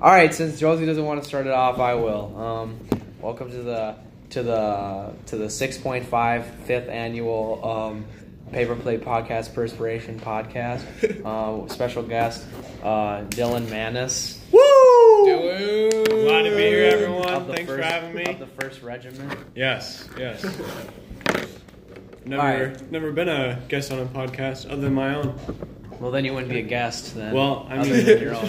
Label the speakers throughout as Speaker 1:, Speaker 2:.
Speaker 1: All right, since Josie doesn't want to start it off, I will. Um, welcome to the to the to the 6.5 fifth annual um, Paper Plate Podcast Perspiration Podcast. Uh, special guest uh, Dylan Manis.
Speaker 2: Woo!
Speaker 3: Glad
Speaker 2: Glad
Speaker 3: to be here,
Speaker 1: Of
Speaker 3: everyone.
Speaker 1: the
Speaker 3: Thanks for
Speaker 1: first-
Speaker 3: having
Speaker 1: Of
Speaker 3: me.
Speaker 1: the first regiment.
Speaker 3: Yes, yes. Never,
Speaker 1: Alright.
Speaker 3: never been a guest on a podcast other than my own.
Speaker 1: Well, then you wouldn't be a guest then.
Speaker 3: Well, I
Speaker 1: Other
Speaker 3: mean,
Speaker 1: than
Speaker 3: you're
Speaker 1: your
Speaker 3: all
Speaker 1: own.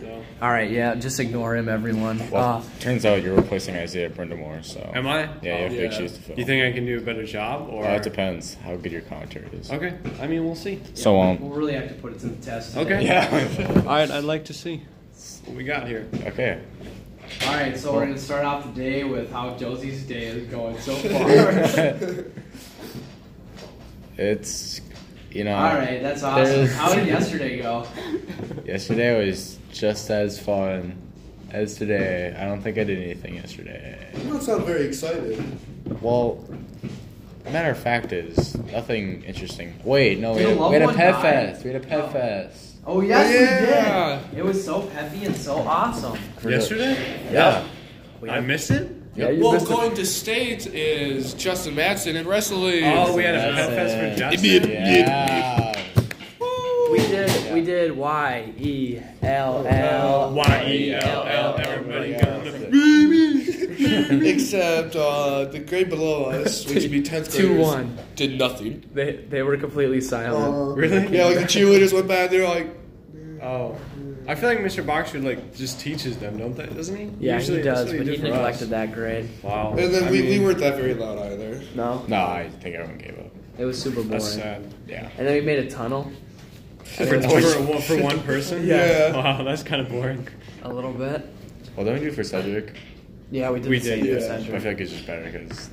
Speaker 3: so.
Speaker 1: All right, yeah, just ignore him, everyone.
Speaker 4: Well,
Speaker 1: Uh,
Speaker 4: turns out you're replacing Isaiah Brindamore, so.
Speaker 3: Am I?
Speaker 4: Yeah, you have
Speaker 1: Oh,
Speaker 2: Yeah.
Speaker 4: big shoes to fill.
Speaker 3: You think I can do a better job, or
Speaker 4: Well, that depends how good your commentary is.
Speaker 3: Okay, I mean, we'll see.
Speaker 4: So,
Speaker 1: we'll
Speaker 4: um,
Speaker 1: really have to put it to the test.
Speaker 3: Okay.
Speaker 4: yeah.
Speaker 3: All right, I'd like to see what we got here.
Speaker 4: okay.
Speaker 1: All right, so we're gonna start off the day with how Josie's day is going so far.
Speaker 4: It's, you know.
Speaker 1: All right, that's awesome.
Speaker 4: There's-
Speaker 1: How did yesterday go?
Speaker 4: Yesterday was just as fun as today. I don't think I did anything yesterday.
Speaker 2: You don't sound very excited.
Speaker 4: Well, matter of fact is nothing interesting. Wait, no, we
Speaker 1: Did a
Speaker 4: had,
Speaker 1: loved
Speaker 4: we had a
Speaker 1: one
Speaker 4: pet
Speaker 1: die?
Speaker 4: fest. We had a pet
Speaker 1: Oh.
Speaker 4: fest.
Speaker 1: Oh yes, we
Speaker 2: Yeah.
Speaker 1: did. It was so peppy and so awesome.
Speaker 4: For the-
Speaker 3: Yesterday?
Speaker 4: Yeah.
Speaker 3: I missed it?
Speaker 4: Yeah, you
Speaker 2: Well,
Speaker 4: missed it.
Speaker 2: going to state is Justin Matson in wrestling.
Speaker 3: Oh, we had a
Speaker 4: That's
Speaker 3: pet fest
Speaker 4: it.
Speaker 3: for
Speaker 2: Idiot.
Speaker 3: Justin.
Speaker 4: Yeah.
Speaker 1: We did. We did Y E L L
Speaker 3: Y E L L, everybody come to
Speaker 2: Except uh, the grade below us, which would be 10th graders,
Speaker 1: Two, one.
Speaker 2: did nothing.
Speaker 1: They they were completely
Speaker 2: Uh,
Speaker 1: silent.
Speaker 3: Really?
Speaker 2: Yeah, like the cheerleaders went by and they were like,
Speaker 3: Oh, I feel like Mr. Boxer like just teaches them, don't they? Doesn't he?
Speaker 1: yeah,
Speaker 3: Usually,
Speaker 1: he
Speaker 3: that's
Speaker 1: does,
Speaker 3: what
Speaker 1: but he
Speaker 3: did for us.
Speaker 1: neglected that grade.
Speaker 3: Wow.
Speaker 2: and then
Speaker 3: I
Speaker 2: we,
Speaker 3: mean,
Speaker 2: we weren't that very loud either.
Speaker 1: No,
Speaker 4: No, I think everyone gave up.
Speaker 1: it was super boring.
Speaker 3: That's sad.
Speaker 4: Yeah.
Speaker 1: And then we made a tunnel,
Speaker 3: For, for, one, for one person?
Speaker 2: Yeah.
Speaker 3: Wow, that's kind of boring.
Speaker 1: a little bit.
Speaker 4: Well, don't we do it for Cedric?
Speaker 1: Yeah, we did.
Speaker 3: We
Speaker 1: the
Speaker 3: did,
Speaker 1: same
Speaker 2: yeah.
Speaker 1: for
Speaker 4: I feel
Speaker 1: Cedric.
Speaker 4: like it's just better because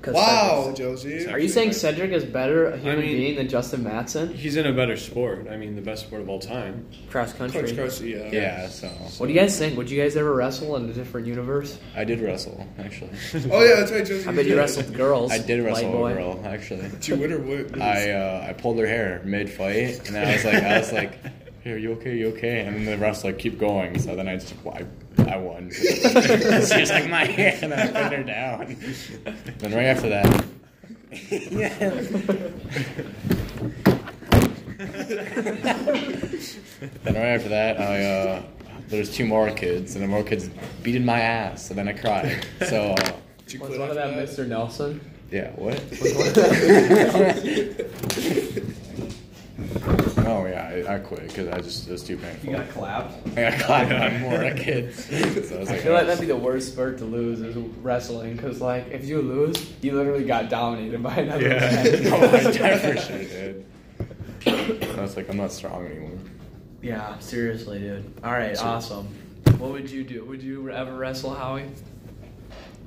Speaker 1: 'Cause
Speaker 2: Wow,
Speaker 1: Cedric's-
Speaker 2: Josie.
Speaker 1: Are you saying Cedric is better a human
Speaker 3: I mean-
Speaker 1: being than Justin Matson?
Speaker 3: He's in a better sport. I mean, the best sport of all time.
Speaker 1: Cross
Speaker 2: Coach
Speaker 1: country.
Speaker 2: Carsey, yeah.
Speaker 4: yeah. So
Speaker 1: What do you guys think? Would you guys ever wrestle in a different universe?
Speaker 4: I did wrestle actually.
Speaker 2: Oh, yeah, that's right, Josie.
Speaker 1: I bet you
Speaker 2: did.
Speaker 1: wrestled girls.
Speaker 4: I did wrestle
Speaker 1: Playboy.
Speaker 4: a girl actually.
Speaker 2: Did you win or what?
Speaker 4: I uh, I pulled her hair mid fight, and I was like, I was like, "Hey, are you okay? you okay?" And the ref's like, "Keep going." So then I just I, I won. She's like my hair, and I put her down. then right after that. then right after that, I uh, there's two more kids, and the more kids beating my ass, and then I cried. So uh,
Speaker 2: Did you
Speaker 1: Was
Speaker 2: quit
Speaker 1: one of that
Speaker 2: after
Speaker 1: Mr. Nelson?
Speaker 4: yeah, what?
Speaker 1: Was one of that-
Speaker 4: Oh yeah, I, I quit because I just it was too painful.
Speaker 1: you got clapped.
Speaker 4: I got caught on more kids. So I was
Speaker 1: I
Speaker 4: like,
Speaker 1: feel like that'd be the worst sport to lose is wrestling, because like if you lose, you literally got dominated by another
Speaker 3: Yeah.
Speaker 1: man.
Speaker 4: no, "Oh, I for sure did. I was like, I'm not strong anymore.
Speaker 1: yeah, seriously, dude. All right, awesome. What would you do? Would you ever wrestle, Howie?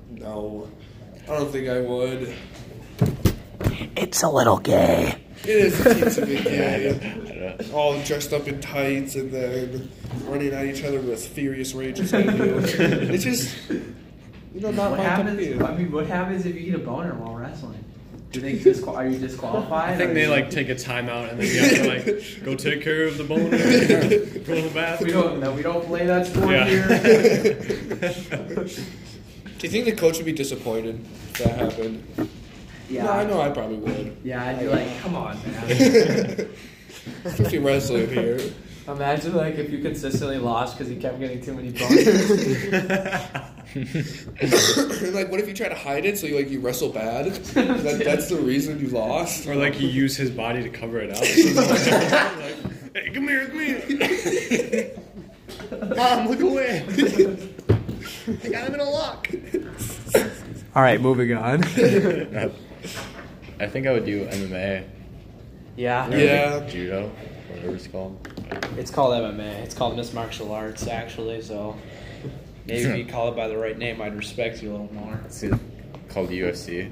Speaker 2: No. I don't think I would.
Speaker 5: It's a little gay.
Speaker 2: It is a team to be
Speaker 4: Yeah, I
Speaker 2: gay.
Speaker 4: don't- I don't-
Speaker 2: all dressed up in tights and then running at each other with furious rage as I do. It's just, you know, not
Speaker 1: What
Speaker 2: my
Speaker 1: happens?
Speaker 2: cup
Speaker 1: I mean, what happens if you get a boner while wrestling? Do they disqual- Are you disqualified?
Speaker 3: I think they like take a timeout and then you have to like go take care of the bone, go to the
Speaker 1: We
Speaker 3: bathroom.
Speaker 1: don't. No, we don't play that sport
Speaker 3: Yeah.
Speaker 1: here.
Speaker 2: Do you think the coach would be disappointed if that happened?
Speaker 1: Yeah.
Speaker 2: No, I know I probably would.
Speaker 1: Yeah, I'd be like, come on, man.
Speaker 2: Especially wrestling here.
Speaker 1: Imagine like if you consistently lost because you kept getting too many boners.
Speaker 2: like, what if you try to hide it so you like you wrestle bad? That, that's the reason you lost.
Speaker 3: Or like you use his body to cover it up. like, hey, come here, come here. Mom, look away. I got him in a lock.
Speaker 1: All right, moving on.
Speaker 4: I think I would do MMA.
Speaker 1: yeah,
Speaker 4: or, like,
Speaker 2: Yeah.
Speaker 4: judo, whatever it's called.
Speaker 1: it's called MMA. It's called Miss Martial Arts, actually. So
Speaker 3: Hmm.
Speaker 1: maybe if you call it by the right name, I'd respect you a little more.
Speaker 4: It's called UFC.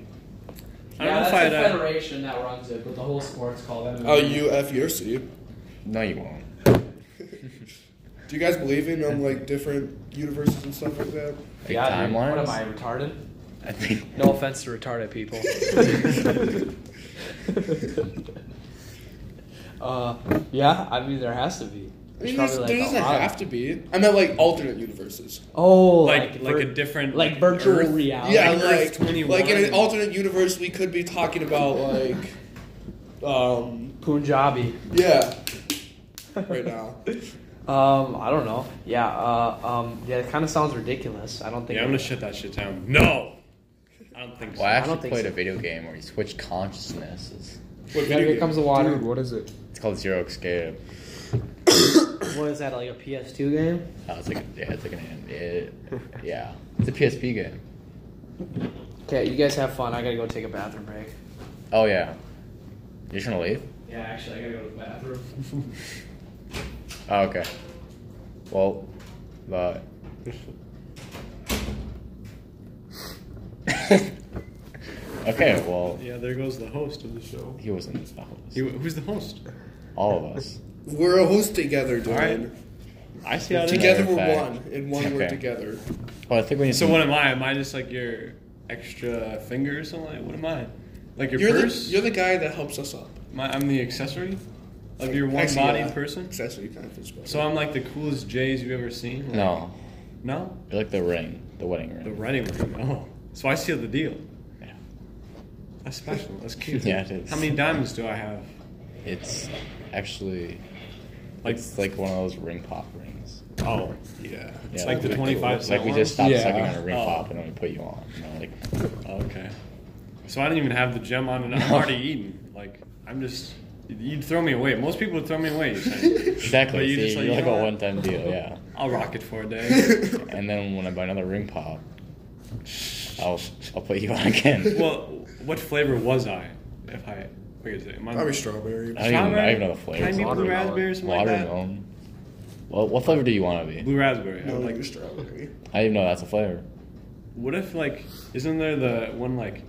Speaker 3: I don't know if I'd. Uh,
Speaker 1: federation that runs it, but the whole sport's called MMA.
Speaker 2: Oh, you F your C.
Speaker 4: No, you won't.
Speaker 2: Do you guys believe in um like different universes and stuff like that?
Speaker 4: Like
Speaker 1: Yeah, dude,
Speaker 4: timelines.
Speaker 1: what am I retarded?
Speaker 4: I think.
Speaker 1: No offense to retarded people. uh, yeah, I mean there has to be.
Speaker 2: I mean,
Speaker 1: There's
Speaker 2: there's,
Speaker 1: probably,
Speaker 2: there
Speaker 1: like, a
Speaker 2: doesn't
Speaker 1: lot of-
Speaker 2: have to be. I meant like alternate universes.
Speaker 1: Oh,
Speaker 3: Like- like
Speaker 1: vir-
Speaker 3: a different-
Speaker 1: like
Speaker 3: like
Speaker 1: virtual
Speaker 3: Earth.
Speaker 1: reality.
Speaker 2: Yeah,
Speaker 3: Earth
Speaker 2: like
Speaker 3: 21.
Speaker 2: like in an alternate universe, we could be talking about like, um,
Speaker 1: Punjabi.
Speaker 2: yeah, right now.
Speaker 1: Um, I don't know. Yeah, uh, um, yeah, it kind of sounds ridiculous. I don't think.
Speaker 3: Yeah, I'm gonna shut that shit down. No, I don't think so.
Speaker 4: Well, I actually
Speaker 1: don't think
Speaker 4: played
Speaker 1: so.
Speaker 4: a video game where you switch consciousnesses.
Speaker 1: Yeah,
Speaker 2: What video
Speaker 1: here
Speaker 2: game?
Speaker 1: comes the water.
Speaker 6: Dude, what is it?
Speaker 4: It's called Zero Escape.
Speaker 1: What is that? Like a PS2 game?
Speaker 4: Uh, it's like yeah, it's like an it, yeah, it's a PSP game.
Speaker 1: Okay, you guys have fun. I gotta go take a bathroom break.
Speaker 4: Oh yeah, you just want to leave?
Speaker 1: Yeah, actually, I gotta go to the bathroom.
Speaker 4: Oh, okay. Well, but okay. Well,
Speaker 3: Yeah, there goes the host of the show.
Speaker 4: he was in this house.
Speaker 3: He, who's the host?
Speaker 4: All of us.
Speaker 2: We're a host together, dude.
Speaker 3: Alright. I see how it is.
Speaker 2: Together
Speaker 4: Matter
Speaker 2: we're
Speaker 4: of fact.
Speaker 2: one, and one we're
Speaker 4: Okay.
Speaker 2: together.
Speaker 4: Well, I think we need.
Speaker 3: So
Speaker 4: some-
Speaker 3: what am I? Am I just like your extra finger or something? What am I? Like your
Speaker 2: You're the,
Speaker 3: purse?
Speaker 2: you're the guy that helps us up.
Speaker 3: My, I'm the accessory of your
Speaker 2: Actually,
Speaker 3: one-bodied
Speaker 2: yeah,
Speaker 3: person.
Speaker 2: Accessory kind of is better.
Speaker 3: So I'm like the coolest Jays you've ever seen. Like,
Speaker 4: No,
Speaker 3: no,
Speaker 4: you're like the ring, the wedding ring.
Speaker 3: the running ring. No. So I seal the deal.
Speaker 4: Yeah.
Speaker 3: That's special. That's cute.
Speaker 4: Yeah, it is.
Speaker 3: How many diamonds do I have?
Speaker 4: It's actually
Speaker 3: Like
Speaker 4: it's like one of those ring pop rings.
Speaker 3: oh,
Speaker 2: yeah.
Speaker 4: Yeah,
Speaker 3: Like the 25
Speaker 4: Like we
Speaker 3: cent
Speaker 4: just stopped
Speaker 6: ones?
Speaker 4: sucking on
Speaker 6: Yeah.
Speaker 4: a ring
Speaker 3: Oh.
Speaker 4: pop and then we put you on. You know, like
Speaker 3: okay. So I didn't even have the gem on, and I'm
Speaker 4: oh, No.
Speaker 3: already eaten. Like I'm just. You'd throw me away. Most people would throw me away. you're saying.
Speaker 4: exactly.
Speaker 3: But you
Speaker 4: see,
Speaker 3: just like,
Speaker 4: you're like
Speaker 3: you know
Speaker 4: a
Speaker 3: what?
Speaker 4: one time deal. Yeah.
Speaker 3: I'll rock it for a day.
Speaker 4: and then when I buy another ring pop, I'll I'll put you on again.
Speaker 3: well, what flavor was I? If I wait a second, am I
Speaker 2: Probably strawberry.
Speaker 4: I don't even, I
Speaker 3: strawberry?
Speaker 4: don't even know the
Speaker 3: Can I
Speaker 4: flavors.
Speaker 3: be blue
Speaker 1: Watermelon.
Speaker 3: raspberry or something like that?
Speaker 4: Watermelon. Well, what flavor do you want to be?
Speaker 3: Blue raspberry. I
Speaker 2: No,
Speaker 3: would
Speaker 2: like
Speaker 3: like.
Speaker 2: strawberry.
Speaker 4: I didn't even know that's a flavor.
Speaker 3: What if like isn't there the one like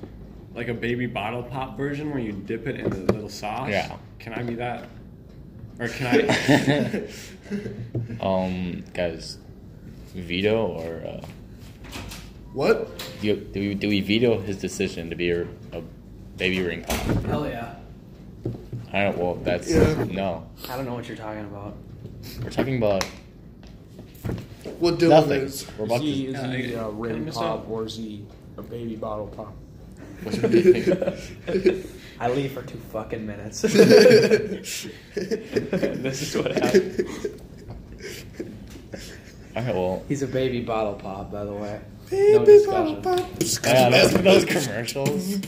Speaker 3: like a baby bottle pop version where you dip it in the little sauce?
Speaker 4: Yeah.
Speaker 3: Can I be that? Or can I?
Speaker 4: um, guys, veto or uh,
Speaker 2: What?
Speaker 4: do, do we do we veto his decision to be a, a baby ring pop?
Speaker 1: Hell yeah.
Speaker 4: I don't. Well, that's
Speaker 2: Yeah.
Speaker 4: no.
Speaker 1: I don't know what you're talking about.
Speaker 4: We're talking about
Speaker 2: What Dylan
Speaker 4: nothing.
Speaker 2: is.
Speaker 4: We're
Speaker 6: Is
Speaker 4: about
Speaker 6: he,
Speaker 4: to.
Speaker 6: is
Speaker 3: Yeah, I-
Speaker 6: he
Speaker 3: I
Speaker 6: a rim
Speaker 3: kinda missed
Speaker 6: pop
Speaker 3: out.
Speaker 6: or is he a baby bottle pop?
Speaker 4: Which one do you think?
Speaker 1: I leave for two fucking minutes.
Speaker 4: this is what happened. All right. Well,
Speaker 1: He's a baby bottle pop, by the way. no
Speaker 2: Baby
Speaker 1: discussion.
Speaker 2: bottle
Speaker 4: yeah, those,
Speaker 2: pop.
Speaker 4: those commercials.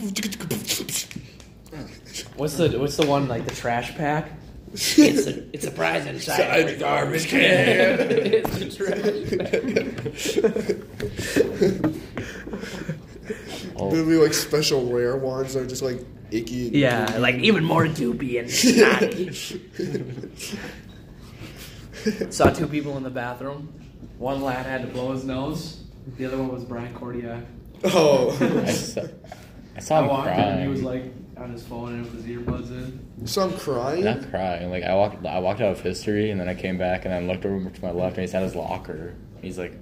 Speaker 1: What's the what's the one like the trash pack? It's a, it's a prize inside every garbage can. it's a
Speaker 4: Oh,
Speaker 2: Maybe like special rare ones that are just like icky.
Speaker 1: Yeah, like even more doopy and snotty. Saw two people in the bathroom. One lad had to blow his nose. The other one was Brian Cordia.
Speaker 2: Oh,
Speaker 4: I saw, I
Speaker 1: I
Speaker 4: saw him
Speaker 1: walked in
Speaker 4: crying.
Speaker 1: and he was like on his phone and with his earbuds in.
Speaker 2: so I'm crying.
Speaker 4: not crying. Like I walked, I walked out of history, and then I came back, and I looked over to my left, and he's at his locker. He's like,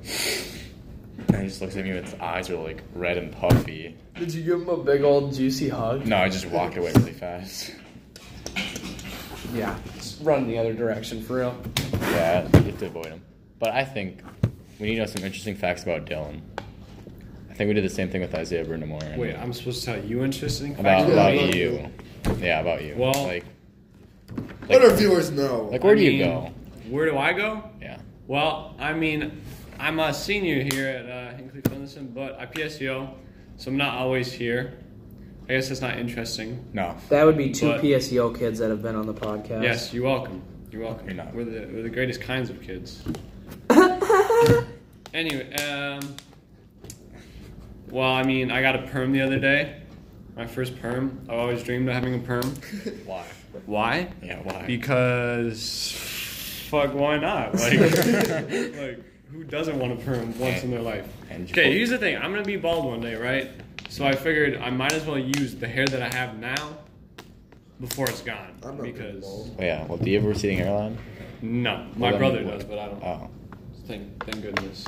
Speaker 4: and he just looks at me. with His eyes are like red and puffy.
Speaker 1: Did you give him a big old juicy hug?
Speaker 4: No, I just walked away really fast.
Speaker 1: Yeah. Just run the other direction for real.
Speaker 4: Yeah, you have to avoid him. But I think we need to know some interesting facts about Dylan. I think we did the same thing with Isaiah Bruno Moore. and-
Speaker 3: Wait, I'm supposed to tell you interesting
Speaker 4: about
Speaker 3: facts
Speaker 2: Yeah,
Speaker 4: about
Speaker 2: about
Speaker 4: you. Yeah, about you.
Speaker 3: Well-
Speaker 4: like,
Speaker 2: Let our
Speaker 4: like,
Speaker 2: viewers know.
Speaker 4: like, where
Speaker 3: I
Speaker 4: do you
Speaker 3: mean,
Speaker 4: go?
Speaker 3: Where do I go?
Speaker 4: Yeah.
Speaker 3: Well, I mean, I'm a senior here at uh, Hinkley Finlayson, but I PSEO, so I'm not always here. I guess that's not interesting.
Speaker 4: No.
Speaker 1: That would be two
Speaker 3: But-
Speaker 1: PSEO kids that have been on the podcast.
Speaker 3: Yes, you're welcome. You're welcome.
Speaker 4: You're not.
Speaker 3: We're the we're the greatest kinds of kids. anyway, um, well, I mean, I got a perm the other day. My first perm. I always dreamed of having a perm.
Speaker 4: Why?
Speaker 3: Why?
Speaker 4: Yeah, why?
Speaker 3: Because fuck, why not? Like, like who doesn't want a perm once in their life?
Speaker 4: And you-
Speaker 3: Okay, here's the thing. I'm gonna be bald one day, right? So I figured I might as well use the hair that I have now before it's gone.
Speaker 2: I'm not being
Speaker 3: because
Speaker 2: bald.
Speaker 4: yeah. Well, do you have a receding hairline?
Speaker 3: no, my
Speaker 4: Well, then
Speaker 3: brother
Speaker 4: what-
Speaker 3: does, but I don't.
Speaker 4: Oh.
Speaker 3: Thank, thank goodness.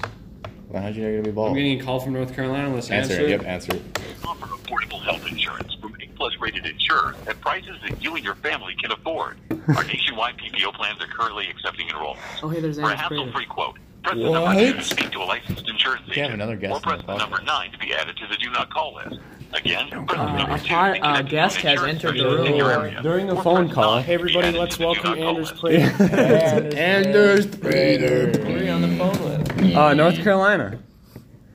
Speaker 4: Well, how'd you know you're gonna be bald?
Speaker 3: I'm getting a call from North Carolina. Let's
Speaker 4: answer.
Speaker 3: answer.
Speaker 4: it. Yep. Answer. it.
Speaker 7: Offer affordable health insurance from A plus rated insurers at prices that you and your family can afford. Our nationwide NYPPO plans are currently accepting enroll.
Speaker 8: Oh, hey, there's
Speaker 7: For a
Speaker 8: Anna's Crater.
Speaker 7: hassle-free quote, press the number two to
Speaker 2: What?
Speaker 7: speak to a licensed insurance agent.
Speaker 4: Can't have another guest
Speaker 7: Or press
Speaker 4: on the
Speaker 7: the number
Speaker 4: podcast.
Speaker 7: nine to be added to the do not call list. Again, press the
Speaker 8: Uh,
Speaker 7: number
Speaker 8: a
Speaker 7: two. to
Speaker 8: pod-
Speaker 7: be
Speaker 8: uh,
Speaker 7: connected to
Speaker 8: guest
Speaker 7: an
Speaker 8: has
Speaker 7: insurance
Speaker 8: entered the
Speaker 7: agent in your
Speaker 8: room.
Speaker 7: area.
Speaker 4: During the
Speaker 7: Or
Speaker 4: phone
Speaker 7: press
Speaker 4: call.
Speaker 7: nine to
Speaker 6: Hey
Speaker 7: be
Speaker 6: everybody,
Speaker 7: added to
Speaker 6: let's
Speaker 7: the do
Speaker 6: welcome
Speaker 7: not call
Speaker 6: Anders
Speaker 7: list.
Speaker 6: Prater.
Speaker 4: Anders
Speaker 6: We're on the phone with.
Speaker 4: Uh, North Carolina.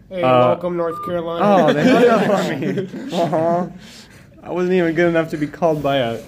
Speaker 6: Hey,
Speaker 4: Uh,
Speaker 6: welcome North Carolina.
Speaker 4: Oh, they hung up on me. Uh-huh. I wasn't even good enough to be called by a.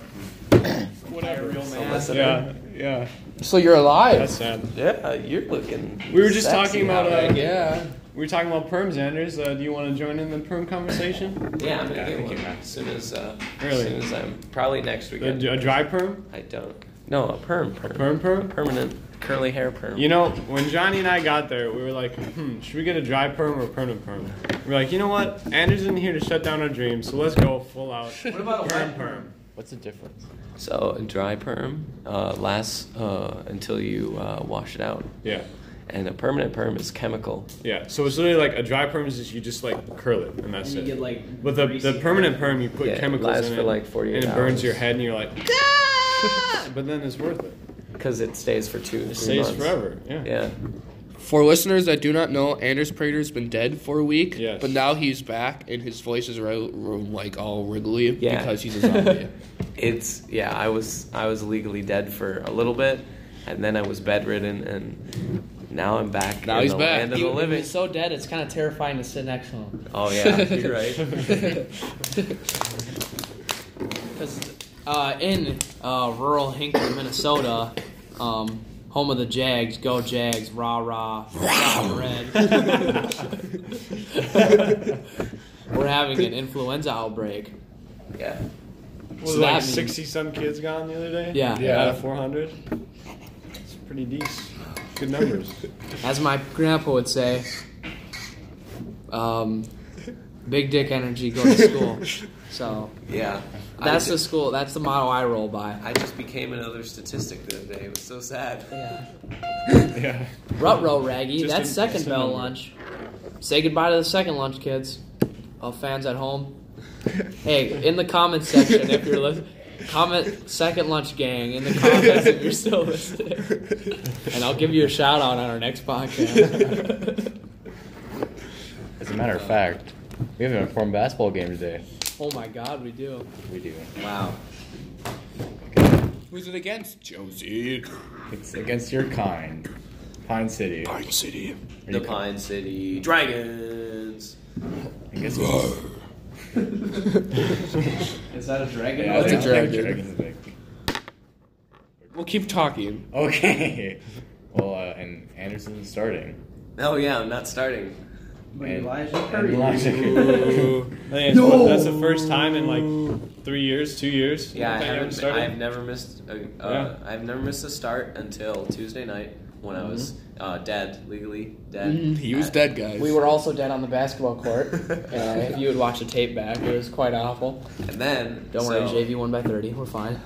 Speaker 1: Listen,
Speaker 3: Yeah, yeah.
Speaker 1: So you're alive.
Speaker 3: That's sad.
Speaker 1: Yeah, you're looking.
Speaker 3: We were just
Speaker 1: sexy
Speaker 3: talking about,
Speaker 1: nowadays.
Speaker 3: uh,
Speaker 1: yeah.
Speaker 3: We were talking about perms, Anders. Uh, do you want to join in the perm conversation?
Speaker 9: Yeah, I'm gonna
Speaker 4: Yeah, I
Speaker 9: get
Speaker 4: think
Speaker 9: one
Speaker 4: you have.
Speaker 9: as soon as uh,
Speaker 3: Really?
Speaker 9: as soon as I'm probably next
Speaker 3: A,
Speaker 9: weekend.
Speaker 3: a dry perm?
Speaker 9: I don't. No, a perm, perm,
Speaker 3: Perm perm?
Speaker 9: permanent curly hair perm.
Speaker 3: You know, when Johnny and I got there, we were like, hmm, should we get a dry perm or a permanent perm? We are like, you know what? Anders isn't here to shut down our dreams, so let's go full out. What about perm perm?
Speaker 4: What's the difference?
Speaker 9: so a dry perm uh, lasts uh, until you uh, wash it out,
Speaker 3: Yeah.
Speaker 9: and a permanent perm is chemical.
Speaker 3: Yeah. So it's literally like a dry perm is just you just like curl it and that's
Speaker 8: You
Speaker 3: it.
Speaker 8: get, like,
Speaker 3: but the,
Speaker 8: greasy
Speaker 3: the permanent perm you put
Speaker 9: Yeah, it
Speaker 3: chemicals
Speaker 9: lasts
Speaker 3: in
Speaker 9: for,
Speaker 3: it
Speaker 9: like, 48
Speaker 3: and it burns
Speaker 9: hours.
Speaker 3: your head and you're like but then it's worth it.
Speaker 9: Because it stays for two.
Speaker 3: It
Speaker 9: three
Speaker 3: stays
Speaker 9: months.
Speaker 3: forever. Yeah.
Speaker 9: Yeah.
Speaker 10: For listeners that do not know, Anders Prater's been dead for a week,
Speaker 3: Yes.
Speaker 10: but now he's back and his voice is ri- ri- like all wriggly
Speaker 9: Yeah.
Speaker 10: because he's a zombie.
Speaker 9: It's yeah. I was I was legally dead for a little bit, and then I was bedridden, and now I'm back.
Speaker 10: Now
Speaker 9: in
Speaker 10: he's
Speaker 9: the
Speaker 10: back.
Speaker 9: Land of
Speaker 10: He-
Speaker 9: the living.
Speaker 1: He's so dead, it's kind of terrifying to sit next to him.
Speaker 9: Oh yeah, you're right.
Speaker 1: Because uh, in uh, rural Hinckley, Minnesota, um, home of the Jags, go Jags, rah rah, rah red. We're having an influenza outbreak.
Speaker 9: Yeah.
Speaker 3: Was
Speaker 1: So
Speaker 3: it like
Speaker 1: that means-
Speaker 3: sixty some kids gone the other day?
Speaker 1: Yeah.
Speaker 4: Yeah.
Speaker 3: Out of four hundred. It's pretty decent. Good numbers.
Speaker 1: As my grandpa would say, um, big dick energy, go to school. So
Speaker 9: Yeah.
Speaker 1: that's
Speaker 9: I
Speaker 1: the
Speaker 9: just,
Speaker 1: school, that's the model I roll by.
Speaker 9: I just became another statistic the other day. It was so sad.
Speaker 1: Yeah.
Speaker 3: yeah.
Speaker 1: Rut row, Raggy.
Speaker 3: Just
Speaker 1: That's
Speaker 3: a-
Speaker 1: second
Speaker 3: just a
Speaker 1: bell
Speaker 3: number.
Speaker 1: lunch. Say goodbye to the second lunch, kids. All fans at home. Hey, in the comments section, if you're listening, comment second lunch gang in the comments if you're still listening, and I'll give you a shout out on our next podcast.
Speaker 4: As a matter of fact, we have an informed basketball game today.
Speaker 1: oh my God, we do.
Speaker 4: We do.
Speaker 9: Wow.
Speaker 10: Who's it against? Josie.
Speaker 4: It's against your kind. Pine City. Are
Speaker 10: Pine City.
Speaker 4: you
Speaker 9: The Pine City Dragons.
Speaker 4: I guess we'll-
Speaker 1: Is that a dragon?
Speaker 4: yeah, I
Speaker 10: That's a
Speaker 4: think- I think
Speaker 10: dragon.
Speaker 4: Dragon's big.
Speaker 10: We'll keep talking.
Speaker 4: Okay. Well, uh, and Anderson's starting.
Speaker 9: Oh yeah, I'm not starting.
Speaker 4: And-
Speaker 1: Elijah
Speaker 4: and Elijah Curry.
Speaker 3: Ooh. I think it's, no. That's the first time in like three years, two years.
Speaker 9: Yeah, I
Speaker 3: that you
Speaker 9: haven't.
Speaker 3: started?
Speaker 9: I've never missed. A, uh, I've never missed a start until Tuesday night when I was uh, dead, legally dead. Uh,
Speaker 10: He was
Speaker 9: I-
Speaker 10: dead, guys.
Speaker 1: We were also dead on the basketball court. Uh, if you would watch the tape back, it was quite awful.
Speaker 9: And then
Speaker 1: Don't
Speaker 9: so,
Speaker 1: worry, JV won by 30. We're fine.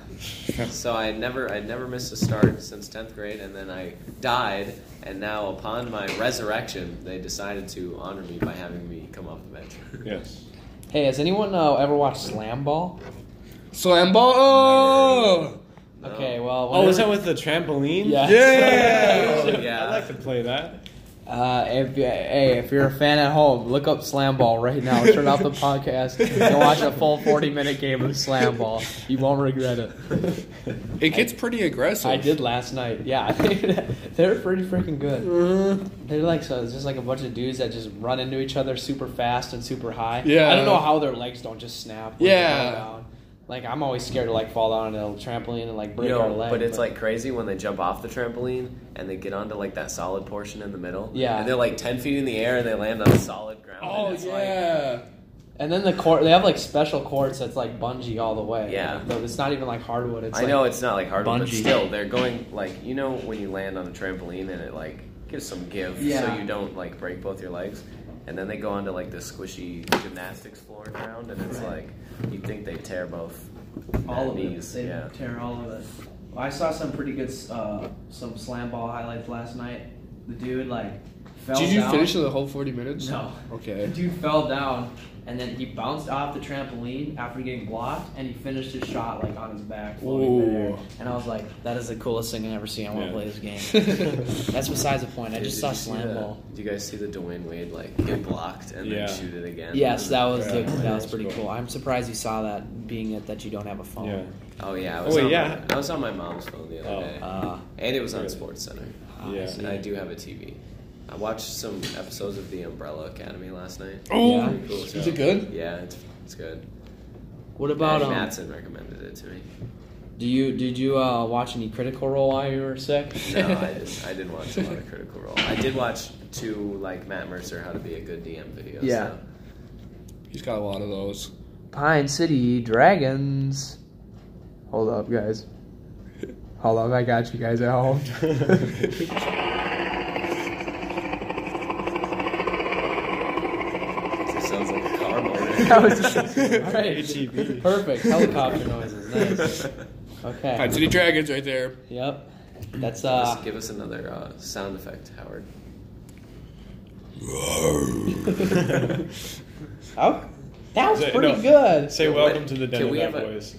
Speaker 9: So I had never, I had never missed a start since tenth grade, and then I died, and now upon my resurrection, they decided to honor me by having me come off the bench.
Speaker 3: Yes.
Speaker 1: Hey, has anyone uh, ever watched Slam Ball?
Speaker 10: Slam ball. Oh!
Speaker 9: No.
Speaker 1: Okay, well.
Speaker 3: Oh, was
Speaker 1: whenever-
Speaker 3: that with the trampoline?
Speaker 1: Yeah.
Speaker 3: Yeah.
Speaker 9: Yeah.
Speaker 3: I'd like to play that.
Speaker 1: Uh, if, hey, if you're a fan at home, look up Slam Ball right now. Turn off the podcast and watch a full 40 minute game of Slam Ball. You won't regret it.
Speaker 10: It gets pretty aggressive.
Speaker 1: I did last night. Yeah, they're pretty freaking good. They're like so. It's just like a bunch of dudes that just run into each other super fast and super high.
Speaker 10: Yeah.
Speaker 1: I don't know how their legs don't just snap. when they
Speaker 10: Yeah.
Speaker 1: fall down. Like I'm always scared to like fall down on a trampoline and like break our
Speaker 9: Yo,
Speaker 1: leg.
Speaker 9: but it's like crazy when they jump off the trampoline and they get onto like that solid portion in the middle.
Speaker 1: Yeah.
Speaker 9: And they're like ten feet in the air and they land on solid ground.
Speaker 10: Oh
Speaker 9: and it's
Speaker 10: yeah.
Speaker 1: And then the court, they have like special courts that's like bungee all the way.
Speaker 9: Yeah.
Speaker 1: Like, it's not even like hardwood. It's
Speaker 9: I
Speaker 1: like,
Speaker 9: know it's not like hard, but
Speaker 4: Bungee.
Speaker 9: still, they're going like you know when you land on a trampoline and it like gives some give,
Speaker 1: Yeah.
Speaker 9: so you don't like break both your legs, and then they go onto like the squishy gymnastics floor ground, and it's like you think they tear both all knees. yeah,
Speaker 1: tear all of it. Well, I saw some pretty good uh, some slam ball highlights last night. The dude like fell
Speaker 10: Did you finish the whole 40 minutes?
Speaker 1: No.
Speaker 10: Okay.
Speaker 1: dude fell down and then he bounced off the trampoline after getting blocked, and he finished his shot like on his back. floating midair.
Speaker 10: Ooh.
Speaker 1: And I was like, that is the coolest thing I've ever seen. I want to
Speaker 3: Yeah.
Speaker 1: play this game. That's besides the point. I just
Speaker 9: Did
Speaker 1: saw
Speaker 9: you see
Speaker 1: slam
Speaker 9: the-
Speaker 1: ball.
Speaker 9: Did you guys see the Dwayne Wade like get blocked and
Speaker 3: Yeah.
Speaker 9: then shoot it again?
Speaker 1: Yes, that was the,
Speaker 3: Yeah.
Speaker 1: that was pretty
Speaker 3: That's
Speaker 1: cool.
Speaker 3: cool.
Speaker 1: I'm surprised you saw that, being it that you don't have a phone.
Speaker 3: Yeah.
Speaker 9: Oh yeah. I was
Speaker 3: Oh,
Speaker 9: on
Speaker 3: yeah.
Speaker 9: My, I was on my mom's phone the other
Speaker 3: Oh.
Speaker 9: day,
Speaker 1: Uh,
Speaker 9: and it was on
Speaker 3: Really?
Speaker 9: Sports Center.
Speaker 3: Yeah.
Speaker 9: And I do have a TV. I watched some episodes of The Umbrella Academy last night.
Speaker 1: yeah.
Speaker 9: Pretty cool show.
Speaker 10: Is it good?
Speaker 9: Yeah, it's, it's good.
Speaker 1: What about
Speaker 9: Matt
Speaker 1: um?
Speaker 9: Matson recommended it to me.
Speaker 1: Do you did you uh, watch any Critical Role while you were sick?
Speaker 9: No, I didn't, I didn't watch a lot of Critical Role. I did watch two like Matt Mercer How to Be a Good DM videos.
Speaker 1: Yeah.
Speaker 9: though.
Speaker 10: He's got a lot of those.
Speaker 1: Pine City Dragons. Hold up, guys. Hold up, I got you guys at home.
Speaker 9: It sounds like a car
Speaker 1: That
Speaker 9: motor.
Speaker 1: was Alright. Perfect. Helicopter noises. Nice.
Speaker 10: Pine
Speaker 1: Okay.
Speaker 10: City Dragons right there.
Speaker 1: Yep. That's
Speaker 9: Just
Speaker 1: uh
Speaker 9: give us another uh, sound effect, Howard.
Speaker 1: oh, that was
Speaker 3: Say-
Speaker 1: pretty
Speaker 3: no.
Speaker 1: good.
Speaker 3: Say welcome to the
Speaker 9: Can
Speaker 3: den of
Speaker 9: we
Speaker 3: that
Speaker 9: have a-
Speaker 3: voice.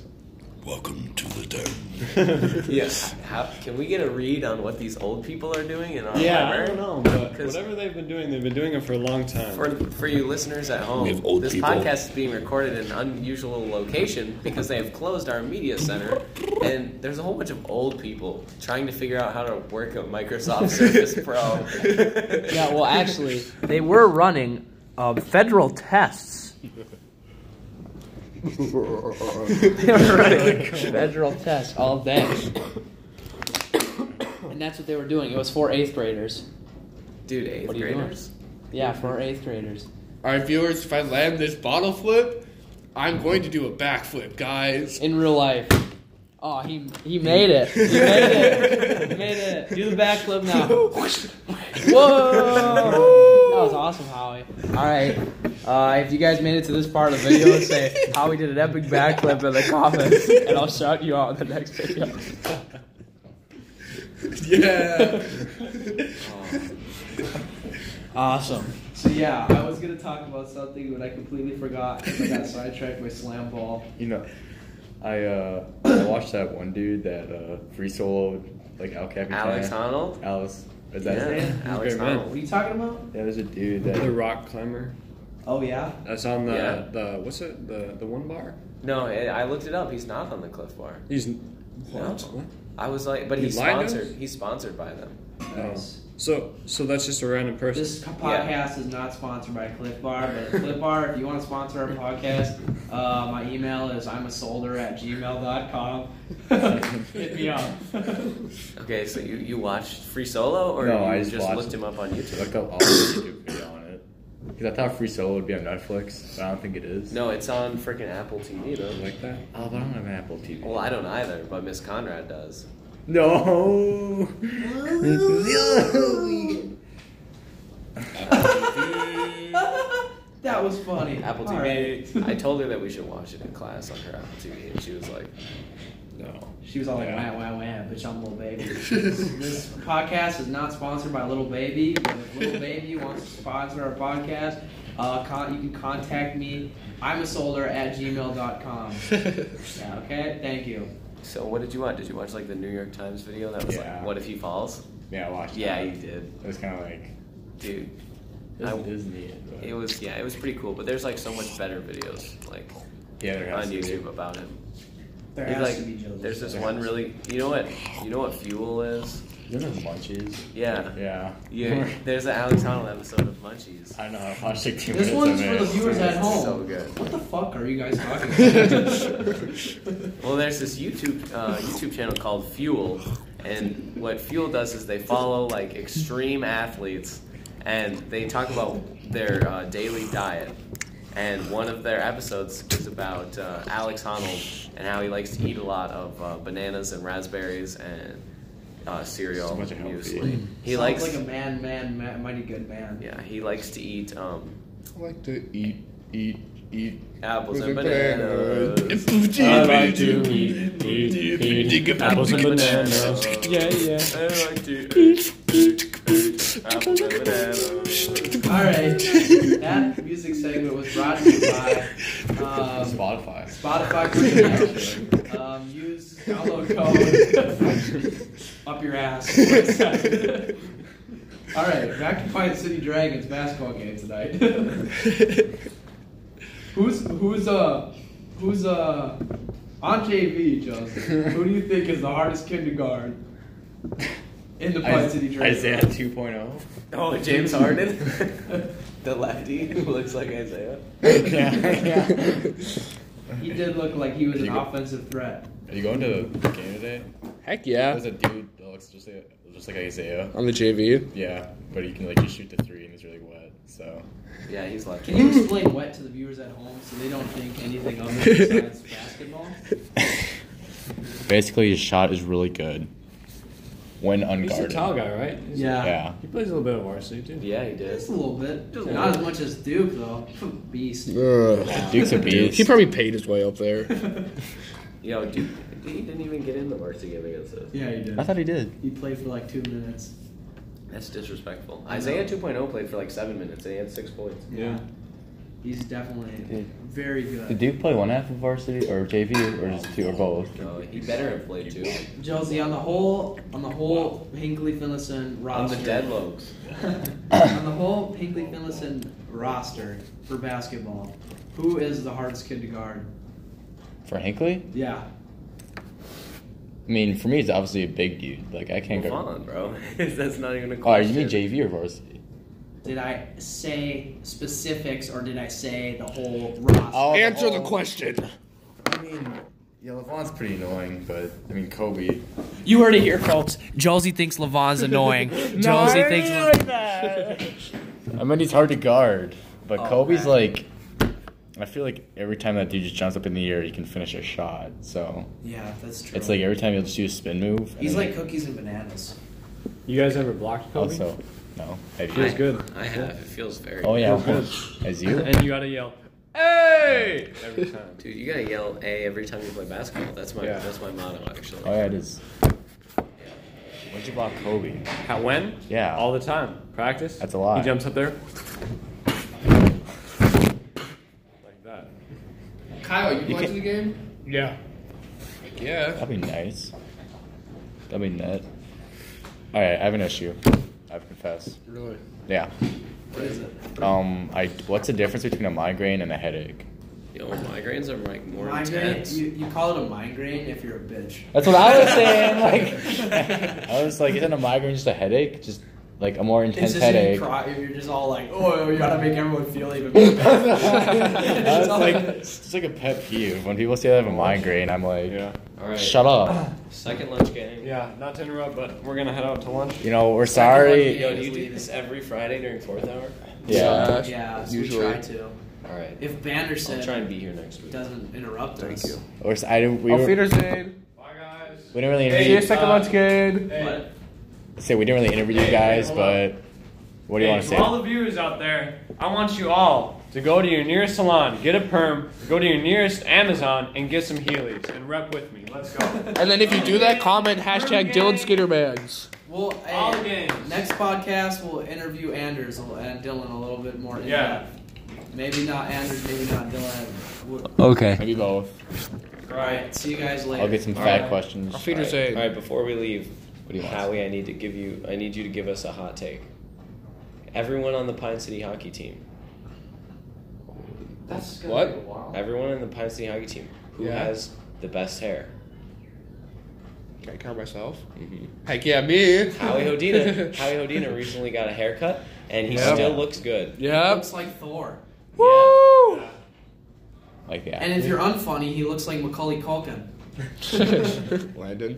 Speaker 4: Welcome to the den.
Speaker 9: Yes. How, can we get a read on what these old people are doing in our
Speaker 3: Yeah, I
Speaker 9: library?
Speaker 3: don't know, but
Speaker 9: 'Cause-
Speaker 3: whatever they've been doing, they've been doing it for a long time.
Speaker 9: For, for you listeners at home,
Speaker 4: We have old
Speaker 9: this
Speaker 4: people.
Speaker 9: podcast is being recorded in an unusual location because they have closed our media center, and there's a whole bunch of old people trying to figure out how to work a Microsoft Surface Pro.
Speaker 1: Yeah, well actually they were running uh, federal tests. they were running federal tests all day. And that's what they were doing. It was for eighth graders.
Speaker 9: Dude, eighth
Speaker 1: What are you doing?
Speaker 9: graders.
Speaker 1: Yeah, for eighth graders.
Speaker 10: All right, viewers, if I land this bottle flip, I'm going to do a backflip, guys.
Speaker 1: in real life. Oh, he he made it. He made it. He made it. Do the backflip now. Whoa! That was awesome, Howie. All right. Uh, if you guys made it to this part of the video, say Howie did an epic backflip in the comments, and I'll shout you out in the next video.
Speaker 10: Yeah.
Speaker 1: Awesome. So yeah, I was gonna talk about something, but I completely forgot. 'cause I got sidetracked by slam ball.
Speaker 4: You know, I uh, I watched that one dude that uh, free soloed like Al Capitan.
Speaker 9: Alex Honnold.
Speaker 4: Alice, is that
Speaker 9: Yeah,
Speaker 4: his name? He's a
Speaker 9: Alex
Speaker 4: great man.
Speaker 9: Honnold.
Speaker 1: What are you talking about?
Speaker 4: Yeah, there's a dude
Speaker 3: the
Speaker 4: that.
Speaker 3: rock climber.
Speaker 1: Oh yeah.
Speaker 3: That's on the
Speaker 9: Yeah.
Speaker 3: the what's it the the one bar?
Speaker 9: No, I I looked it up. He's not on the Cliff Bar.
Speaker 3: He's Oh.
Speaker 9: No. I was like, but
Speaker 3: You
Speaker 9: he's
Speaker 3: lied to us?
Speaker 9: sponsored. He's sponsored by them.
Speaker 1: Nice.
Speaker 3: So so that's just a random person.
Speaker 1: This podcast is not sponsored by Cliff Bar, but Cliff Bar, if you want to sponsor our podcast, uh, my email is I'm a solder at gmail.com. Hit me up.
Speaker 9: Okay, so you, you watched Free Solo, or
Speaker 4: No,
Speaker 9: you
Speaker 4: I just watched
Speaker 9: looked him up on
Speaker 4: I
Speaker 9: YouTube?
Speaker 4: looked up all the YouTube video on it because I thought free solo would be on Netflix, but I don't think it is.
Speaker 9: No, it's on freaking Apple TV though.
Speaker 3: like that.
Speaker 4: Oh, but I don't have an Apple TV.
Speaker 9: Well, I don't either, but Miss Conrad does.
Speaker 4: No. no.
Speaker 1: that was funny.
Speaker 9: Apple
Speaker 1: All
Speaker 9: TV.
Speaker 1: right.
Speaker 9: I told her that we should watch it in class on her Apple TV, and she was like,
Speaker 3: No.
Speaker 1: She was all like,
Speaker 3: Yeah.
Speaker 1: wah, wah, wah, bitch, I'm Little Baby. this podcast is not sponsored by Little Baby, but if Little Baby wants to sponsor our podcast, uh, con- you can contact me. I'm a solder at gmail.com. Yeah, okay? Thank you.
Speaker 9: "So what did you watch? Did you watch like the New York Times video that was
Speaker 4: Yeah.
Speaker 9: like, what if he falls?
Speaker 4: Yeah, I watched.
Speaker 9: Yeah,
Speaker 4: it.
Speaker 9: you did,
Speaker 4: It was kind of like
Speaker 9: dude.
Speaker 4: this
Speaker 9: I-
Speaker 4: is Disney. but-
Speaker 9: It was yeah, it was pretty cool. But there's like so much better videos like
Speaker 4: yeah, there
Speaker 9: on
Speaker 4: has to be.
Speaker 9: YouTube about him.
Speaker 1: There
Speaker 9: He's
Speaker 1: has
Speaker 9: like,
Speaker 1: to be Joseph.
Speaker 9: there's this one really. You know what? You know what fuel is?
Speaker 4: Isn't it Munchies?
Speaker 9: Yeah.
Speaker 4: Yeah.
Speaker 9: Yeah. There's an Alex Honnold episode of Munchies.
Speaker 4: I don't know. I watched like two
Speaker 1: This one's
Speaker 4: minutes of
Speaker 1: for
Speaker 4: it.
Speaker 1: the viewers at home.
Speaker 9: So good.
Speaker 1: What the fuck are you guys talking about?
Speaker 9: Well, there's this YouTube uh, YouTube channel called Fuel, and what Fuel does is they follow like extreme athletes, and they talk about their uh, daily diet. And one of their episodes is about uh, Alex Honnold and how he likes to eat a lot of uh, bananas and raspberries and uh, cereal,
Speaker 4: So much healthy.
Speaker 9: muesli. He
Speaker 1: Sounds
Speaker 9: likes,
Speaker 1: like a man, man, man, mighty good man.
Speaker 9: yeah, he likes to eat um,
Speaker 10: I like to eat, eat, eat.
Speaker 9: apples and
Speaker 10: bananas.
Speaker 9: bananas.
Speaker 3: I like to eat, eat, eat apples and bananas.
Speaker 9: Oh,
Speaker 6: Yeah, yeah.
Speaker 9: I like to eat, eat, eat Apple banana.
Speaker 1: All right, that music segment was brought to you by um,
Speaker 4: Spotify.
Speaker 1: Spotify. Premium, actually. Um, use download code up your ass. All right, back to Pine City Dragons basketball game tonight. who's who's uh who's uh on JV, Justin? Who do you think is the hardest kid to guard in the Pine City Dragons?
Speaker 4: Isaiah 2.0.
Speaker 9: Oh, James Harden, the lefty who looks like Isaiah.
Speaker 1: He did look like he was
Speaker 4: Did
Speaker 1: an
Speaker 4: you go-
Speaker 1: offensive threat.
Speaker 4: Are you going to the game today?
Speaker 10: Heck yeah.
Speaker 4: There's a dude that looks just like, just like Isaiah.
Speaker 10: On the JV.
Speaker 4: Yeah, but he can like you shoot the three and it's really wet. So
Speaker 9: Yeah, he's lefty.
Speaker 1: Can you explain wet to the viewers at home so they don't think anything other besides basketball?
Speaker 4: basically, his shot is really good when
Speaker 3: He's
Speaker 4: unguarded.
Speaker 3: a tall guy, right? He's-
Speaker 4: Yeah.
Speaker 3: He plays a little bit of varsity too.
Speaker 9: Yeah, he does.
Speaker 1: Just a little bit. Not as much as Duke, though. Beast.
Speaker 4: Duke's a beast.
Speaker 10: He probably paid his way up there.
Speaker 9: Yo, dude, he didn't even get in the varsity game against us.
Speaker 1: Yeah, he did.
Speaker 4: I thought he did.
Speaker 1: He played for like two minutes.
Speaker 9: That's disrespectful. Isaiah 2.0 played for like seven minutes and he had six points.
Speaker 1: Yeah. He's definitely very
Speaker 4: Did
Speaker 1: good.
Speaker 4: Duke play one half of varsity or JV or just two or both?
Speaker 9: No, he better have played two.
Speaker 1: Josie, on the whole, on the whole Hinkley Finlayson
Speaker 9: On the
Speaker 1: roster,
Speaker 9: deadlocks.
Speaker 1: on the whole Hinkley Finlayson roster for basketball, who is the hardest kid to guard?
Speaker 4: For Hinkley?
Speaker 1: Yeah,
Speaker 4: I mean, for me, it's obviously a big dude. Like I can't
Speaker 9: Move
Speaker 4: go.
Speaker 9: on, bro. That's not even a question.
Speaker 4: Oh, you mean JV or varsity?
Speaker 1: Did I say specifics or did I say the whole roster?
Speaker 10: Answer the question.
Speaker 4: I mean, yeah, LeVon's pretty annoying, but I mean, Kobe.
Speaker 1: You heard it here, folks. Josie thinks Levon's annoying. Josie thinks.
Speaker 4: I mean, he's hard to guard, but Kobe's
Speaker 1: Oh, man.
Speaker 4: like. I feel like every time that dude just jumps up in the air, he can finish a shot. So
Speaker 1: yeah, that's true.
Speaker 4: it's like every time he'll just do a spin move. and
Speaker 1: He's
Speaker 4: then
Speaker 1: like cookies and bananas.
Speaker 3: You guys ever blocked Kobe?
Speaker 4: also no. Have
Speaker 3: Feels
Speaker 4: you?
Speaker 3: good.
Speaker 9: I have. It feels very.
Speaker 4: Oh yeah,
Speaker 3: good.
Speaker 4: as you.
Speaker 3: And you gotta yell, "Hey!" every time.
Speaker 9: Dude, you gotta yell A every time you play basketball. That's my
Speaker 3: Yeah.
Speaker 9: that's my motto actually.
Speaker 4: Oh yeah, it is. When'd you block Kobe?
Speaker 3: How when?
Speaker 4: Yeah.
Speaker 3: All the time. Practice.
Speaker 4: That's a lot.
Speaker 3: He jumps up there. Like that.
Speaker 10: Kyle, you, going to the game?
Speaker 3: Yeah.
Speaker 10: Yeah.
Speaker 4: That'd be nice. That'd be nut. All right, I have an issue. I've confessed.
Speaker 10: Really?
Speaker 4: Yeah.
Speaker 1: What is it?
Speaker 4: Um, I what's the difference between a migraine and a headache?
Speaker 9: Yo, migraines are like more
Speaker 1: Migraine.
Speaker 9: intense.
Speaker 1: You, you call it a migraine if you're a bitch.
Speaker 4: That's what I was saying. Like, I was like, isn't a migraine just a headache? Just like a more
Speaker 1: It's
Speaker 4: intense
Speaker 1: just if
Speaker 4: headache.
Speaker 1: you cry, if you're just all like, oh, you gotta make everyone feel even better.
Speaker 4: I was like, it's just like a pet peeve. When people say they have a migraine, I'm like,
Speaker 3: Yeah.
Speaker 9: All right.
Speaker 4: shut up.
Speaker 9: Second lunch game.
Speaker 3: Yeah. Not to interrupt, but we're gonna head out to lunch.
Speaker 4: You know, we're sorry.
Speaker 9: Yo, do you do this every Friday during fourth hour?
Speaker 4: Yeah.
Speaker 1: yeah,
Speaker 10: Usually.
Speaker 1: we try to.
Speaker 9: All right.
Speaker 1: If
Speaker 9: I'll try
Speaker 1: Banderson
Speaker 9: and be here next week.
Speaker 1: doesn't interrupt us,
Speaker 4: Or s- I didn't. We,
Speaker 10: Oh,
Speaker 6: Auf
Speaker 4: were, we
Speaker 6: Wiedersehen.
Speaker 3: Bye guys.
Speaker 4: didn't really
Speaker 6: See you
Speaker 4: interview.
Speaker 6: second lunch game.
Speaker 1: But
Speaker 4: Say we didn't really interview you guys, but what do you
Speaker 3: Hey,
Speaker 4: want to
Speaker 3: to all
Speaker 4: say?
Speaker 3: the viewers out there, I want you all to go to your nearest salon, get a perm, go to your nearest Amazon, and get some Heelys and rep with me. Let's go.
Speaker 10: And then if you do that, comment hashtag Dylan Skitterbags.
Speaker 1: we'll
Speaker 3: all the
Speaker 1: hey,
Speaker 3: games.
Speaker 1: next podcast we'll interview Anders a- and Dylan a little bit more. in
Speaker 3: Yeah.
Speaker 1: depth. Maybe not Anders, maybe not Dylan. We'll-
Speaker 5: Okay.
Speaker 4: Maybe both.
Speaker 1: Alright, see you guys later.
Speaker 4: I'll get some fat questions.
Speaker 10: Auf Wiedersehen.
Speaker 9: All right. Before we leave,
Speaker 4: What do you want?
Speaker 9: Howie, I need to give you. I need you to give us a hot take. Everyone on the Pine City hockey team.
Speaker 1: That's gonna
Speaker 10: What?
Speaker 1: take a while.
Speaker 9: Everyone on the Pine City hockey team. Who
Speaker 10: Yeah.
Speaker 9: has the best hair?
Speaker 10: Can I count myself?
Speaker 9: Mm-hmm.
Speaker 10: Heck yeah, me.
Speaker 9: Howie Hodina. Howie Hodina recently got a haircut, and he
Speaker 10: Yeah.
Speaker 9: still looks good.
Speaker 10: Yep.
Speaker 1: looks like Thor.
Speaker 10: Woo!
Speaker 4: Like
Speaker 1: And
Speaker 4: that.
Speaker 1: if you're unfunny, he looks like Macaulay Culkin.
Speaker 10: Landon.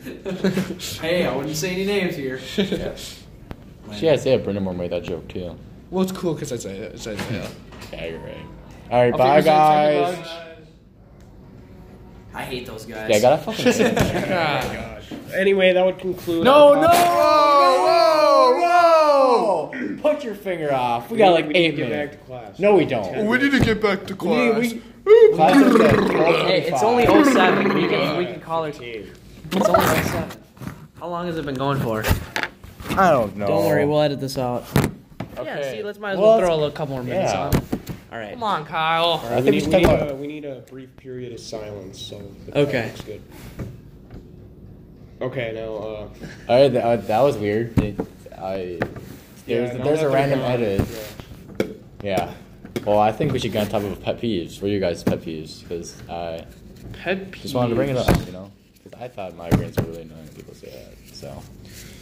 Speaker 1: Hey, I wouldn't say any names here.
Speaker 4: She had said Brenda Moore made that joke too.
Speaker 10: Well, it's cool because I say it. I say it.
Speaker 4: Yeah, you're right. All right,
Speaker 10: Auf
Speaker 4: bye
Speaker 10: Wiedersehen, second
Speaker 4: guys.
Speaker 10: lunch.
Speaker 1: I hate those guys.
Speaker 4: Yeah, I gotta fucking.
Speaker 3: Anyway, that would conclude.
Speaker 4: no, no! Whoa, whoa, whoa! Put your finger off. We got like eight minutes.
Speaker 3: class.
Speaker 4: No, we don't.
Speaker 10: We need to get back to class.
Speaker 4: we- Class is at 12:25.
Speaker 1: Hey, it's only 07.
Speaker 4: Oh.
Speaker 1: We can, we can call her team. It's only 07. How long has it been going for?
Speaker 4: I don't know.
Speaker 1: Don't worry, we'll edit this out. Yeah,
Speaker 4: Okay.
Speaker 1: see, let's might as
Speaker 4: Well,
Speaker 1: well,
Speaker 4: let's-
Speaker 1: throw a little couple more minutes
Speaker 4: yeah.
Speaker 1: on. All right.
Speaker 6: Come on, Kyle.
Speaker 4: I
Speaker 3: We
Speaker 4: think we
Speaker 3: need,
Speaker 4: should
Speaker 3: we,
Speaker 4: talk
Speaker 3: need
Speaker 4: about
Speaker 3: a, we need a brief period of silence, so the
Speaker 1: Okay.
Speaker 3: topic's good. Okay, now, uh,
Speaker 4: All right, that, uh, that was weird. It- I there's,
Speaker 3: yeah, now
Speaker 4: there's
Speaker 3: that they're
Speaker 4: a random
Speaker 3: gone,
Speaker 4: edit.
Speaker 3: yeah.
Speaker 4: Yeah. Well, I think we should get on top of pet peeves. What are you guys' pet peeves? Because I
Speaker 10: Pet peeves.
Speaker 4: just wanted to bring it up, you know. 'Cause I thought migraines were really annoying when people say that. So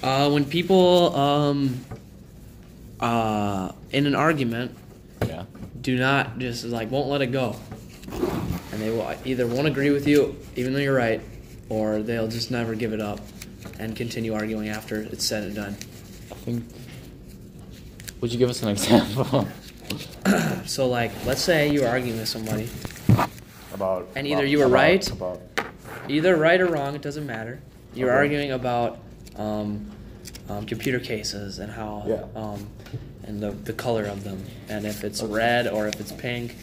Speaker 1: Uh, when people um, uh, in an argument
Speaker 4: yeah,
Speaker 1: do not just like won't let it go, and they will either won't agree with you even though you're right, or they'll just never give it up and continue arguing after it's said and done.
Speaker 4: I think. Would you give us an example
Speaker 1: So like, let's say you were arguing with somebody,
Speaker 4: about?
Speaker 1: And
Speaker 4: about-
Speaker 1: either you were
Speaker 4: about-
Speaker 1: right-
Speaker 4: About,
Speaker 1: either right or wrong, it doesn't matter. You're
Speaker 4: Okay.
Speaker 1: arguing about um, um, computer cases and how
Speaker 4: Yeah.
Speaker 1: um, and the, the color of them and if it's red or if it's pink.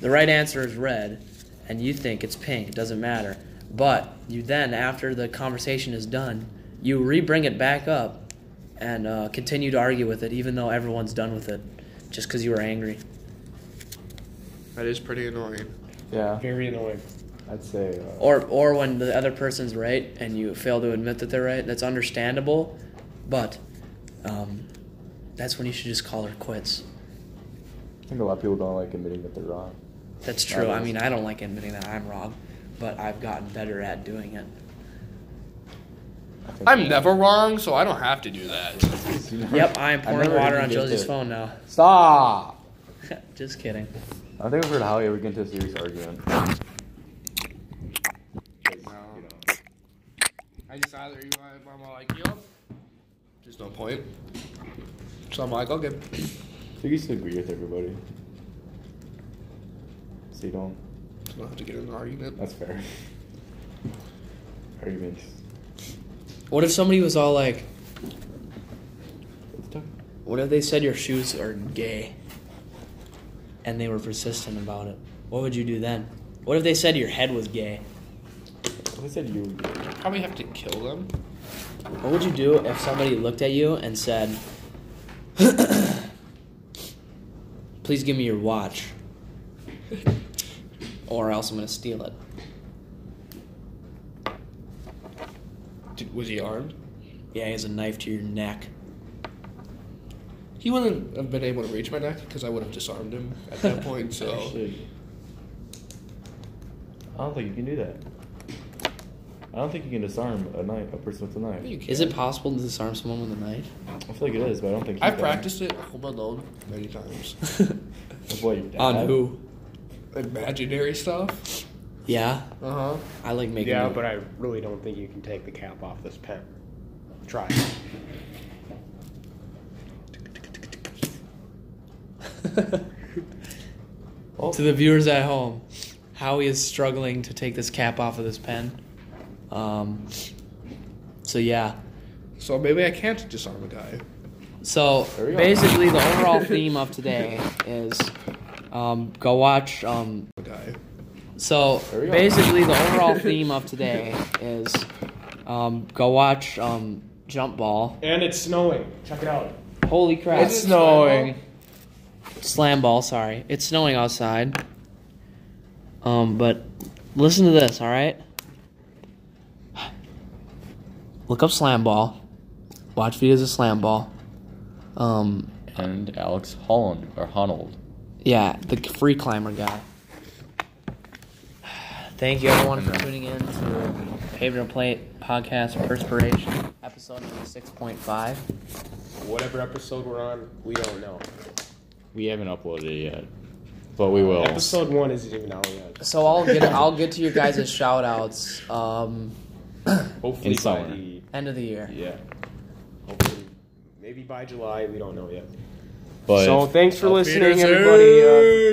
Speaker 1: The right answer is red, and you think it's pink. It doesn't matter. But you then, after the conversation is done, you re-bring it back up and uh, continue to argue with it, even though everyone's done with it, just because you were angry.
Speaker 2: That is pretty annoying.
Speaker 4: yeah,
Speaker 3: very annoying.
Speaker 4: I'd say. Uh,
Speaker 1: or or when the other person's right and you fail to admit that they're right that's understandable but um, that's when you should just call her quits
Speaker 4: I think a lot of people don't like admitting that they're wrong.
Speaker 1: that's true i
Speaker 4: is-
Speaker 1: mean i don't like admitting that i'm wrong but i've gotten better at doing it
Speaker 4: I think
Speaker 10: I'm never wrong, so I don't have to do that.
Speaker 1: yep i am pouring
Speaker 4: never
Speaker 1: water
Speaker 4: even
Speaker 1: on
Speaker 4: get
Speaker 1: josie's
Speaker 4: to-
Speaker 1: phone now
Speaker 4: Stop.
Speaker 1: just kidding
Speaker 4: I don't think I've heard how you ever get into a serious argument.
Speaker 10: I just either you my mama like you. There's no point. So I'm like, okay.
Speaker 4: I think you should agree with everybody. So you don't.
Speaker 10: I don't have to get in an argument.
Speaker 4: That's fair. Arguments.
Speaker 1: what if somebody was all like what if they said your shoes are gay and they were persistent about it what would you do then what if they said your head was gay
Speaker 4: Who said you? would be-
Speaker 10: Probably have to kill them.
Speaker 1: What would you do if somebody looked at you and said, "Please give me your watch, or else I'm gonna steal it"?
Speaker 10: Dude, was he armed?
Speaker 1: Yeah, he has a knife to your neck.
Speaker 10: He wouldn't have been able to reach my neck because I would have disarmed him at that point. So
Speaker 4: Actually, I don't think you can do that. I don't think you can disarm a knife, a person with a knife.
Speaker 10: You
Speaker 1: Is
Speaker 10: can't.
Speaker 1: it possible to disarm someone with a knife?
Speaker 4: I feel like it is, but I don't think. you
Speaker 10: I've
Speaker 4: can.
Speaker 10: practiced it home alone many times.
Speaker 4: With what, your
Speaker 1: On
Speaker 4: dad?
Speaker 1: who?
Speaker 10: Imaginary stuff.
Speaker 1: Yeah,
Speaker 10: Uh huh.
Speaker 1: I like making.
Speaker 3: Yeah,
Speaker 1: it-
Speaker 3: but I really don't think you can take the cap off this pen. Try.
Speaker 1: to the viewers at home, Howie is struggling to take this cap off of this pen. Um. So yeah.
Speaker 10: So maybe I can't disarm a guy.
Speaker 1: So
Speaker 4: we go.
Speaker 1: basically, the overall theme of today is um, go watch. Um,
Speaker 10: A guy.
Speaker 1: so
Speaker 4: we go.
Speaker 1: basically, the overall theme of today is um, go watch um, Jump Ball.
Speaker 3: And it's snowing. Check it out.
Speaker 1: Holy crap!
Speaker 4: It's snowing.
Speaker 1: Slam Ball. Sorry, it's snowing outside. Um, but listen to this. All right. Look up Slam Ball. Watch videos of Slam Ball. Um,
Speaker 4: And Alex Holland or Honnold.
Speaker 1: Yeah, the free climber guy. Thank you everyone for tuning in to Paper Plate Podcast Perspiration, episode number six point five.
Speaker 3: Whatever episode we're on, we don't know.
Speaker 4: We haven't uploaded it yet, but we
Speaker 3: Oh.
Speaker 4: will.
Speaker 3: Episode one isn't even out yet.
Speaker 1: So I'll get I'll get to your guys' shout outs um
Speaker 3: Hopefully
Speaker 4: In
Speaker 3: by
Speaker 4: summer.
Speaker 3: the
Speaker 1: end of the year.
Speaker 3: yeah. Hopefully, maybe by July. We don't know yet.
Speaker 4: But
Speaker 3: so thanks for listening, everybody. Uh,